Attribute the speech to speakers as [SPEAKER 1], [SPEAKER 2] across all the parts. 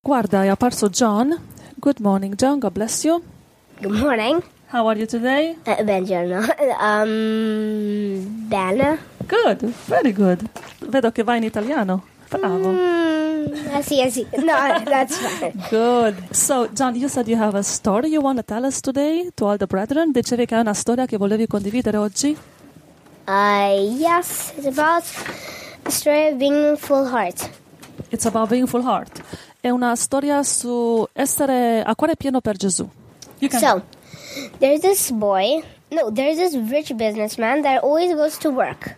[SPEAKER 1] Guarda, è apparso John. Good morning, John. God bless you.
[SPEAKER 2] Good morning.
[SPEAKER 1] How are you today?
[SPEAKER 2] Eh, buongiorno. Um, bene.
[SPEAKER 1] Good, very good. Vedo che vai in italiano. Bravo.
[SPEAKER 2] Mm, eh, sì, eh, sì. No, that's fine.
[SPEAKER 1] Good. So, John, you said you have a story you want to tell us today to all the brethren. Dicevi che hai una storia che volevi condividere oggi.
[SPEAKER 2] Uh, yes, it's about a story of being full heart.
[SPEAKER 1] It's about being full heart. È una storia su essere a cuore pieno per Gesù. You can-
[SPEAKER 2] So, there's this boy. No, there's this rich businessman that always goes to work.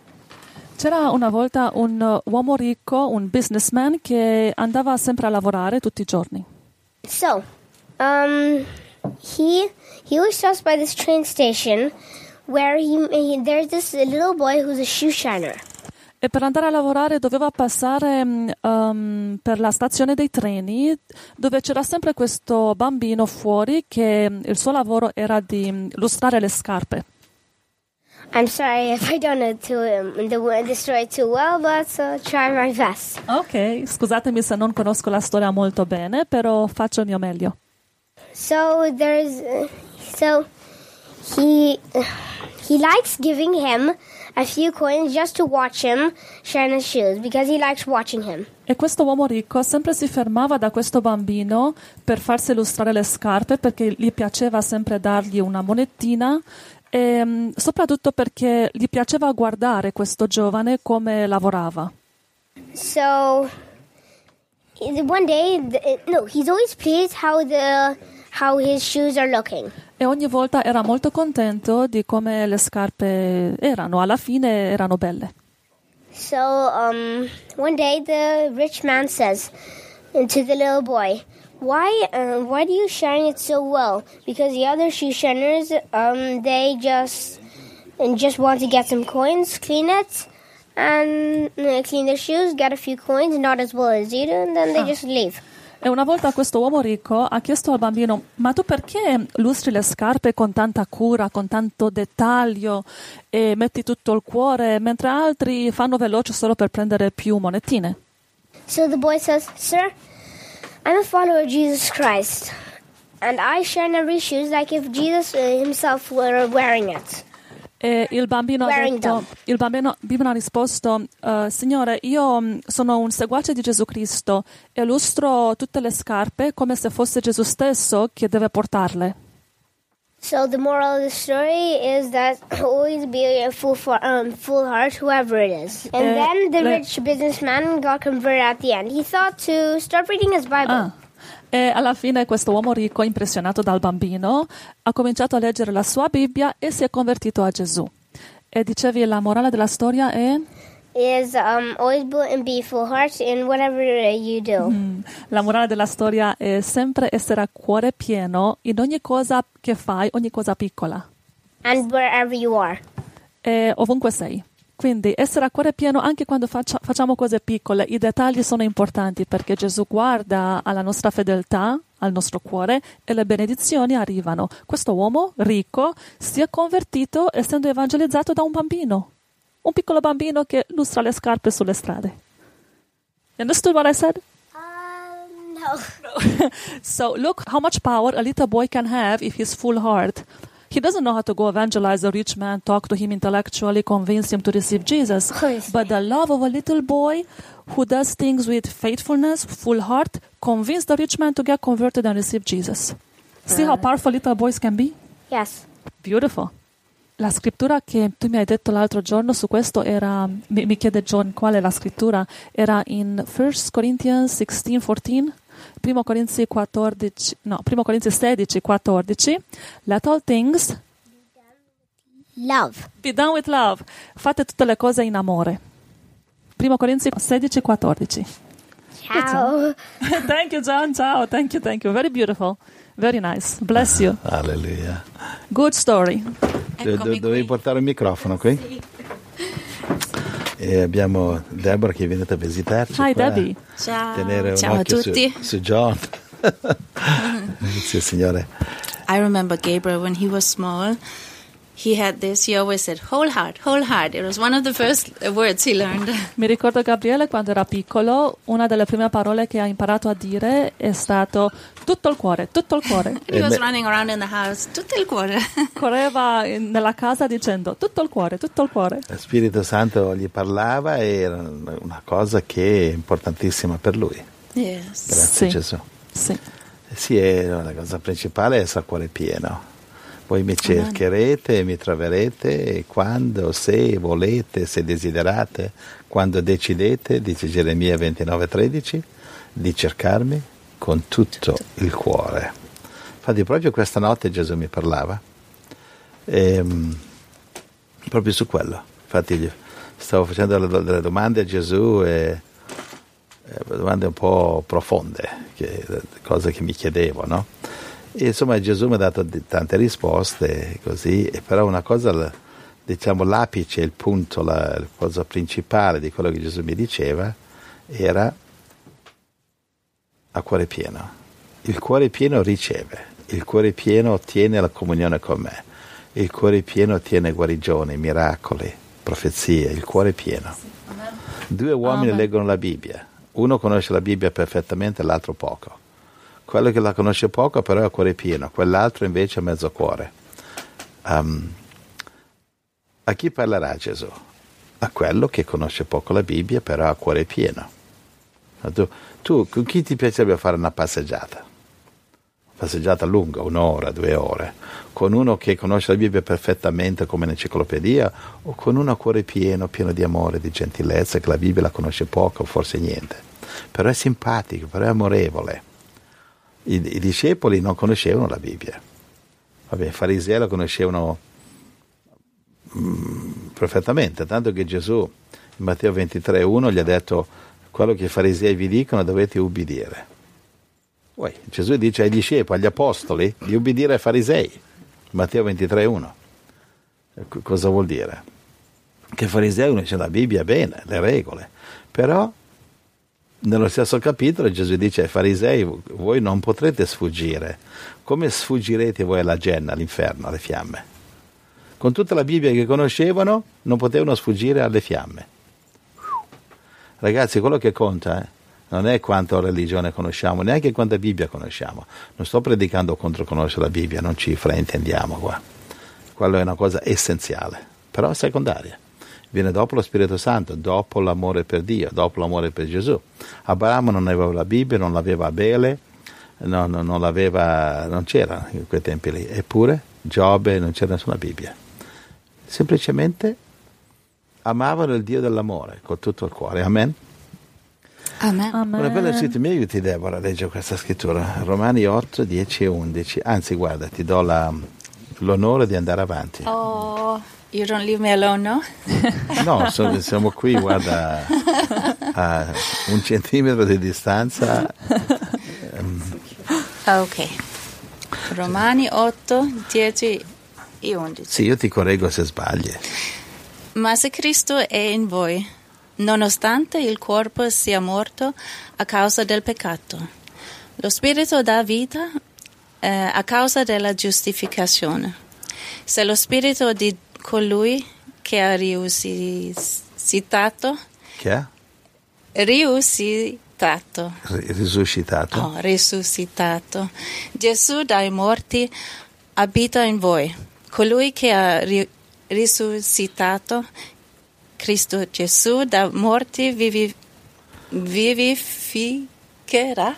[SPEAKER 1] C'era una volta un eh, uomo ricco, un businessman, che andava sempre a lavorare tutti i giorni.
[SPEAKER 2] So, um, he he always stops by this train station where he, he there's this little boy who's a shoe shiner.
[SPEAKER 1] E per andare a lavorare doveva passare mm, um, per la stazione dei treni, dove c'era sempre questo bambino fuori che mm, il suo lavoro era di mm, lustrare le scarpe.
[SPEAKER 2] I'm sorry if I don't know too, um, the, the story too well, but uh, try my best.
[SPEAKER 1] Ok, scusatemi se non conosco la storia molto bene, però faccio il mio meglio.
[SPEAKER 2] So there's, uh, so he he likes giving him a few coins just to watch him shine his shoes because he likes watching him.
[SPEAKER 1] E questo uomo ricco sempre si fermava da questo bambino per farsi lustrare le scarpe perché gli piaceva sempre dargli una monetina e mm, soprattutto perché gli piaceva guardare questo giovane come lavorava.
[SPEAKER 2] So i- one day, th- eh, no, he's always pleased how the how his shoes are looking.
[SPEAKER 1] E ogni volta era molto contento di come le scarpe erano, alla fine erano belle.
[SPEAKER 2] So um, one day, the rich man says to the little boy, "Why, uh, why do you shine it so well? Because the other shoe shiners, um, they just and just want to get some coins, clean it, and uh, clean their shoes, get a few coins, not as well as you do, and then they just leave."
[SPEAKER 1] E una volta questo uomo ricco ha chiesto al bambino: Ma tu perché lustri le scarpe con tanta cura, con tanto dettaglio e metti tutto il cuore, mentre altri fanno veloce solo per prendere più monetine?
[SPEAKER 2] So the boy says, Sir, I'm a follower of Jesus Christ, and I shine every shoes like if Jesus uh, himself were wearing it.
[SPEAKER 1] E il bambino ha,
[SPEAKER 2] Wearing
[SPEAKER 1] detto-
[SPEAKER 2] them.
[SPEAKER 1] il bambino- il bambino ha risposto: "Eh, Signore, io mh, sono un seguace di Gesù Cristo e lustro tutte le scarpe come se fosse Gesù stesso che deve portarle.
[SPEAKER 2] So the moral of the story is that always be a full, for, um, full heart, whoever it is. And
[SPEAKER 1] Uh,
[SPEAKER 2] then the
[SPEAKER 1] le-
[SPEAKER 2] rich businessman got converted at the end. He thought to stop reading his
[SPEAKER 1] Ah.
[SPEAKER 2] Bible.
[SPEAKER 1] E alla fine questo uomo ricco, impressionato dal bambino, ha cominciato a leggere la sua Bibbia e si è convertito a Gesù. E dicevi la morale della storia è
[SPEAKER 2] Is um, always be, and be full heart in whatever you do.
[SPEAKER 1] Mm-hmm. la morale della storia è sempre essere a cuore pieno in ogni cosa che fai, ogni cosa piccola
[SPEAKER 2] And wherever you are.
[SPEAKER 1] e ovunque sei. Quindi essere a cuore pieno anche quando faccia- facciamo cose piccole, i dettagli sono importanti perché Gesù guarda alla nostra fedeltà, al nostro cuore e le benedizioni arrivano. Questo uomo ricco si è convertito essendo evangelizzato da un bambino, un piccolo bambino che lustra le scarpe sulle strade. You Understood what I said?
[SPEAKER 2] Um, no.
[SPEAKER 1] So look how much power a little boy can have if he's full heart. He doesn't know how to go evangelize a rich man, talk to him intellectually, convince him to receive Jesus.
[SPEAKER 2] Oh, yes.
[SPEAKER 1] But the love of a little boy who does things with faithfulness, full heart, convince the rich man to get converted and receive Jesus. See how powerful little boys can be?
[SPEAKER 2] Yes.
[SPEAKER 1] Beautiful. La scrittura che tu mi hai detto l'altro giorno su questo era, mi, mi chiede John qual è la scrittura, era in 1 Corinthians 16, 14, 1 Corinzi 14, no, 1 Corinzi 16, 14, let all things
[SPEAKER 2] Love.
[SPEAKER 1] be done with love, fate tutte le cose in amore. 1 Corinzi 16, 14.
[SPEAKER 2] Ciao.
[SPEAKER 1] thank you John, ciao, thank you, thank you, very beautiful, very nice, bless you,
[SPEAKER 3] Alleluia.
[SPEAKER 1] good story.
[SPEAKER 3] Do- do- dovevi portare il microfono qui? E abbiamo Deborah che è venuta a visitarci.
[SPEAKER 1] Hi
[SPEAKER 3] qua,
[SPEAKER 1] Debbie.
[SPEAKER 4] Ciao,
[SPEAKER 3] Tenere un
[SPEAKER 4] Ciao a
[SPEAKER 3] occhio
[SPEAKER 4] tutti.
[SPEAKER 3] Su, su John. Grazie signore.
[SPEAKER 4] I remember Gabriel when he was small. he had this. He always said, whole heart, whole heart. It was one of the first uh, words he learned.
[SPEAKER 1] Mi ricordo Gabriele quando era piccolo, una delle prime parole che ha imparato a dire è stato tutto il cuore, tutto il cuore.
[SPEAKER 4] he was running around in the house, tutto il cuore.
[SPEAKER 1] Correva in- nella casa dicendo tutto il cuore, tutto il cuore.
[SPEAKER 3] Lo Spirito Santo gli parlava e era una cosa che è importantissima per lui.
[SPEAKER 4] yes.
[SPEAKER 1] Sì.
[SPEAKER 3] Grazie Gesù.
[SPEAKER 1] Sì.
[SPEAKER 3] Sì, è la cosa principale è essere a cuore pieno. Voi mi cercherete, mi troverete e quando, se volete, se desiderate, quando decidete, dice Geremia 29,13, di cercarmi con tutto il cuore. Infatti proprio questa notte Gesù mi parlava, ehm, proprio su quello. Infatti gli- stavo facendo delle- delle domande a Gesù e eh, domande un po' profonde, che- eh, cose che mi chiedevo, no? E, insomma Gesù mi ha dato di- tante risposte, e così, e però una cosa, l- diciamo l'apice, il punto, la, la cosa principale di quello che Gesù mi diceva era a cuore pieno. Il cuore pieno riceve, il cuore pieno ottiene la comunione con me, il cuore pieno ottiene guarigioni, miracoli, profezie, il cuore pieno. Due uomini leggono la Bibbia, uno conosce la Bibbia perfettamente, l'altro poco. Quello che la conosce poco però è a cuore pieno, quell'altro invece è a mezzo cuore. Ehm, a chi parlerà Gesù? A quello che conosce poco la Bibbia però ha cuore pieno. Ma Tu, tu con chi ti piacerebbe fare una passeggiata? Passeggiata lunga, un'ora, due ore, con uno che conosce la Bibbia perfettamente come un'enciclopedia o con uno a cuore pieno, pieno di amore, di gentilezza, che la Bibbia la conosce poco, forse niente, però è simpatico, però è amorevole. I, i discepoli non conoscevano la Bibbia, Vabbè, i farisei la conoscevano mm, perfettamente, tanto che Gesù in Matteo 23.1 gli ha detto quello che i farisei vi dicono dovete ubbidire. Poi Gesù dice ai discepoli, agli apostoli, di ubbidire ai farisei. Matteo 23.1. Ecco, Cosa vuol dire? Che i farisei unisce la Bibbia bene, le regole, però nello stesso capitolo Gesù dice ai farisei voi non potrete sfuggire. Come sfuggirete voi alla genna, all'inferno, alle fiamme? Con tutta la Bibbia che conoscevano non potevano sfuggire alle fiamme. Ragazzi, quello che conta eh, non è quanta religione conosciamo, neanche quanta Bibbia conosciamo. Non sto predicando contro conoscere la Bibbia, non ci fraintendiamo qua. Quello è una cosa essenziale, però secondaria. Viene dopo lo Spirito Santo, dopo l'amore per Dio, dopo l'amore per Gesù. Abramo non aveva la Bibbia, non l'aveva Abele, non, non- non l'aveva, non c'era in quei tempi lì. Eppure Giobbe non c'era nessuna Bibbia. Semplicemente amavano il Dio dell'amore con tutto il cuore. Amen.
[SPEAKER 4] Amen.
[SPEAKER 1] Um,
[SPEAKER 3] Una bella scrittura, mi aiuti Deborah a leggere questa scrittura, Romani 8, 10 e 11, anzi guarda ti do la- l'onore di andare avanti.
[SPEAKER 4] Oh, you don't leave me alone, no?
[SPEAKER 3] No, so- siamo qui, guarda, a un centimetro di distanza,
[SPEAKER 4] Ok. Romani 8, 10 e 11.
[SPEAKER 3] sì io ti correggo se sbagli,
[SPEAKER 4] Ma se Cristo è in voi, nonostante il corpo sia morto a causa del peccato, lo Spirito dà vita eh, a causa della giustificazione. Se lo Spirito di colui che ha risuscitato,
[SPEAKER 3] che è
[SPEAKER 4] risuscitato,
[SPEAKER 3] Ri- risuscitato.
[SPEAKER 4] oh, risuscitato, Gesù dai morti abita in voi, colui che ha ri- risuscitato Cristo Gesù da morti vivi- vivificherà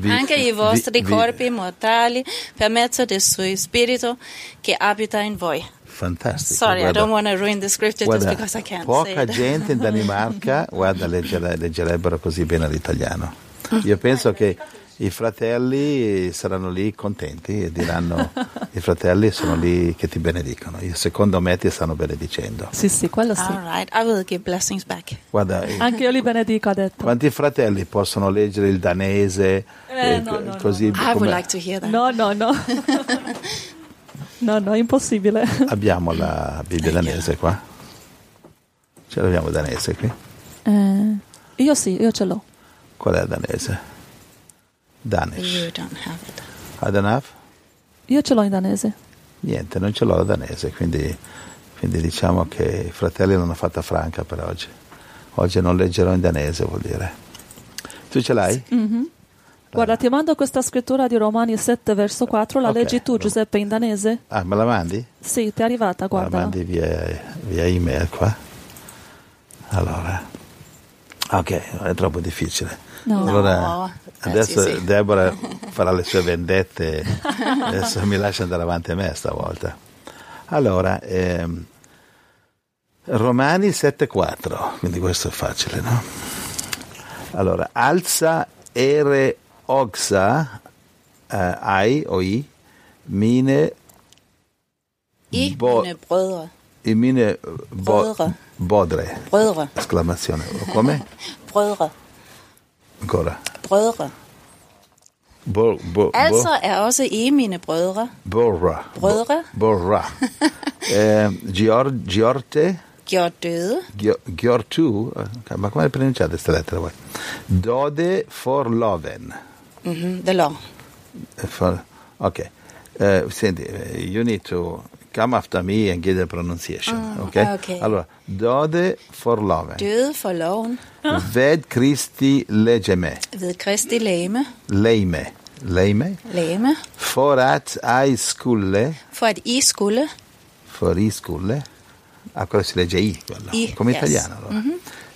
[SPEAKER 3] Vi-
[SPEAKER 4] anche i vostri
[SPEAKER 3] vi- vi-
[SPEAKER 4] corpi mortali per mezzo del suo spirito che abita in voi.
[SPEAKER 3] Fantastico.
[SPEAKER 4] Sorry, I
[SPEAKER 3] guarda.
[SPEAKER 4] don't want to ruin the scripture
[SPEAKER 1] Cioè,
[SPEAKER 3] Guarda,
[SPEAKER 4] just because I can't say
[SPEAKER 3] poca
[SPEAKER 4] it.
[SPEAKER 3] gente in Danimarca guarda, leggere- leggerebbero così bene l'italiano. Io penso che i fratelli saranno lì contenti e diranno: I fratelli sono lì che ti benedicono. Io, secondo me ti stanno benedicendo.
[SPEAKER 1] Sì, sì, quello sì.
[SPEAKER 4] All right, I will give blessings back.
[SPEAKER 3] Guarda, eh,
[SPEAKER 1] Anche io li benedico, ha detto.
[SPEAKER 3] quanti fratelli possono leggere il danese?
[SPEAKER 1] Eh,
[SPEAKER 3] eh,
[SPEAKER 1] no,
[SPEAKER 3] co-
[SPEAKER 1] no, no,
[SPEAKER 3] così
[SPEAKER 4] I would
[SPEAKER 3] come-
[SPEAKER 4] like to hear that.
[SPEAKER 1] No, no, no. No, no, impossibile.
[SPEAKER 3] Abbiamo la Bibbia danese qua? Ce l'abbiamo danese qui?
[SPEAKER 1] Eh, io sì, io ce l'ho.
[SPEAKER 3] Qual è il danese? Danish.
[SPEAKER 4] You don't have it.
[SPEAKER 3] Adanaf?
[SPEAKER 1] Io ce l'ho in danese.
[SPEAKER 3] Niente, non ce l'ho la danese, quindi, quindi diciamo che i fratelli l'hanno fatta franca per oggi. Oggi non leggerò in danese, vuol dire. Tu ce l'hai?
[SPEAKER 1] Guarda, ti mando questa scrittura di Romani 7, verso 4, la
[SPEAKER 3] Ok.
[SPEAKER 1] leggi tu, Giuseppe, in danese?
[SPEAKER 3] Ah, me la mandi?
[SPEAKER 1] Sì, ti è arrivata,
[SPEAKER 3] Me la
[SPEAKER 1] guarda.
[SPEAKER 3] mandi via, via email qua. Allora. Ok, è troppo difficile.
[SPEAKER 1] No.
[SPEAKER 3] Allora,
[SPEAKER 4] No. Eh,
[SPEAKER 3] adesso
[SPEAKER 4] sì, sì.
[SPEAKER 3] Deborah farà le sue vendette, adesso mi lascia andare avanti a me stavolta. Allora, ehm, Romani 7.4, quindi questo è facile, no? Allora, alza ere oxa eh, ai o i mine
[SPEAKER 4] I
[SPEAKER 3] Bo-
[SPEAKER 4] mine brødre.
[SPEAKER 3] i mine bo-
[SPEAKER 4] Bodre.
[SPEAKER 3] bodre,
[SPEAKER 4] Brødre.
[SPEAKER 3] esclamazione, come?
[SPEAKER 4] Brødre.
[SPEAKER 3] Ancora.
[SPEAKER 4] Brødre.
[SPEAKER 3] Bo- bo- bo-
[SPEAKER 4] Altså er også I mine brødre.
[SPEAKER 3] Borra.
[SPEAKER 4] Borra.
[SPEAKER 3] Borra. eh, Gior, Giorte,
[SPEAKER 4] Gjort døde.
[SPEAKER 3] Gio- Giortu, eh, ma come le pronunciate queste lettere voi? Dode for Loven.
[SPEAKER 4] Mhm, The law.
[SPEAKER 3] Eh, for- ok, Eh, senti, eh, you need to come after me and get the pronunciation,
[SPEAKER 4] Ah,
[SPEAKER 3] ok?
[SPEAKER 4] ok.
[SPEAKER 3] Allora, Dode for Loven.
[SPEAKER 4] Døde for loven.
[SPEAKER 3] Ved Christi legeme,
[SPEAKER 4] Ved Kristi læme.
[SPEAKER 3] leime, leime,
[SPEAKER 4] Læme.
[SPEAKER 3] forat ai sculle,
[SPEAKER 4] For at I skulle.
[SPEAKER 3] fuori sculle. Ah, quello si legge I, quello.
[SPEAKER 4] I,
[SPEAKER 3] come
[SPEAKER 4] yes. Mm-hmm.
[SPEAKER 3] italiano allora.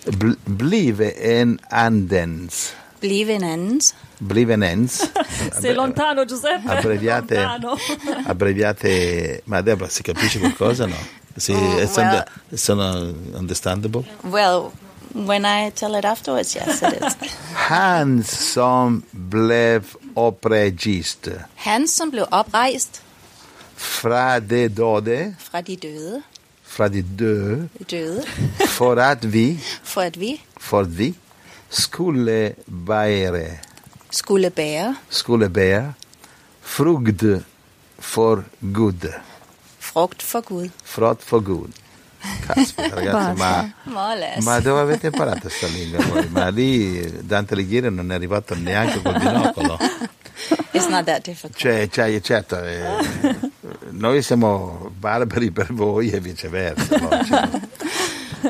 [SPEAKER 3] Bl- blive en andens.
[SPEAKER 4] Blive en andens.
[SPEAKER 3] Blivenens.
[SPEAKER 1] Sei lontano, Giuseppe.
[SPEAKER 3] Abbreviate,
[SPEAKER 1] Lontano.
[SPEAKER 3] abbreviate, ma Deborah si capisce qualcosa no? Sì,
[SPEAKER 4] Mm,
[SPEAKER 3] it's
[SPEAKER 4] well-
[SPEAKER 3] under- sono understandable.
[SPEAKER 4] Well, when I tell it afterwards, yes, it is.
[SPEAKER 3] Hans som blev opregist
[SPEAKER 4] Han, som blev oprejst
[SPEAKER 3] fra de dode,
[SPEAKER 4] fra de døde,
[SPEAKER 3] fra de døde,
[SPEAKER 4] døde
[SPEAKER 3] for at vi,
[SPEAKER 4] for at vi
[SPEAKER 3] for vi, skulle bære
[SPEAKER 4] skulle bære
[SPEAKER 3] skulle bære frugt for Gud.
[SPEAKER 4] frugt for Gud.
[SPEAKER 3] Frott for Gud. Caspita, ragazzi, ma,
[SPEAKER 4] Moles.
[SPEAKER 3] ma dove avete imparato questa lingua voi? Ma lì Dante Alighieri non è arrivato neanche col binocolo.
[SPEAKER 4] It's not that difficult.
[SPEAKER 3] Cioè, cioè, certo, eh, noi siamo barbari per voi e viceversa. no? Cioè,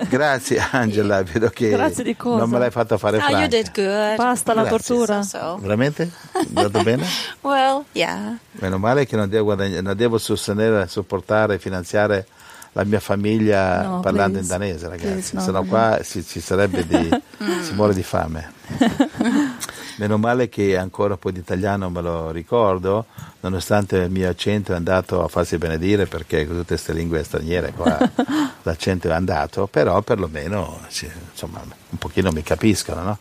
[SPEAKER 3] grazie Angela, vedo che
[SPEAKER 1] Grazie di cosa? Ah,
[SPEAKER 3] non me l'hai fatta fare
[SPEAKER 4] oh, you
[SPEAKER 3] franca.
[SPEAKER 4] did good.
[SPEAKER 1] Basta la
[SPEAKER 3] Grazie.
[SPEAKER 1] tortura.
[SPEAKER 4] So,
[SPEAKER 3] Veramente? È andato bene?
[SPEAKER 4] well, yeah.
[SPEAKER 3] Meno male che non devo, guadagna- non devo sostenere, sopportare, finanziare la mia famiglia
[SPEAKER 1] No,
[SPEAKER 3] parlando
[SPEAKER 1] please.
[SPEAKER 3] in danese, ragazzi.
[SPEAKER 1] Please, no,
[SPEAKER 3] Sennò
[SPEAKER 1] no.
[SPEAKER 3] qua si, ci sarebbe di. si muore di fame. Meno male che ancora un po' di italiano me lo ricordo, nonostante il mio accento è andato a farsi benedire perché con tutte queste lingue straniere qua l'accento è andato, però perlomeno sì, insomma, un pochino mi capiscono, no?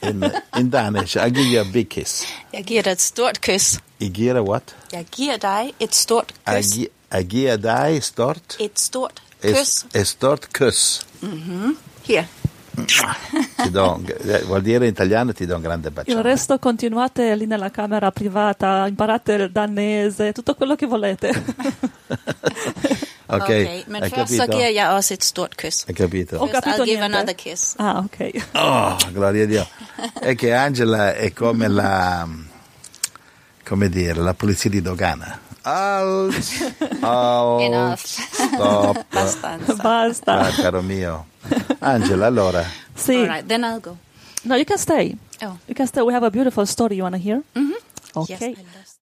[SPEAKER 3] In, in Danish, I give you a big kiss.
[SPEAKER 4] Jeg giver dig et stort kys.
[SPEAKER 3] I give a what?
[SPEAKER 4] Jeg giver dig et stort kys.
[SPEAKER 3] Agi- Agia dai stort
[SPEAKER 4] Et stort kys.
[SPEAKER 3] e stort kus.
[SPEAKER 4] Her.
[SPEAKER 3] Ti do un- eh, vuol dire in italiano ti do un grande
[SPEAKER 1] Il
[SPEAKER 3] bacione.
[SPEAKER 1] resto continuate lì nella camera privata, imparate il danese, tutto quello che volete.
[SPEAKER 3] Ok,
[SPEAKER 4] men
[SPEAKER 3] hai
[SPEAKER 4] først så
[SPEAKER 3] capito?
[SPEAKER 4] giver jeg også et stort kys.
[SPEAKER 3] Hai capito?
[SPEAKER 1] Ho
[SPEAKER 4] First,
[SPEAKER 1] capito
[SPEAKER 4] I'll give
[SPEAKER 1] niente.
[SPEAKER 4] another kiss.
[SPEAKER 1] Ah, ok.
[SPEAKER 3] Oh, gloria a Dio. È che Angela è come la come dire, la polizia di dogana. Al al-
[SPEAKER 4] Enough.
[SPEAKER 3] stop.
[SPEAKER 4] Basta.
[SPEAKER 1] Basta.
[SPEAKER 3] Ah, caro mio. Angela, allora,
[SPEAKER 1] Sì.
[SPEAKER 4] All right, then I'll go.
[SPEAKER 1] No, you can stay.
[SPEAKER 4] Oh.
[SPEAKER 1] You can stay. We have a beautiful story you want to hear?
[SPEAKER 4] Mm-hmm.
[SPEAKER 1] Okay.
[SPEAKER 4] Yes, I lost.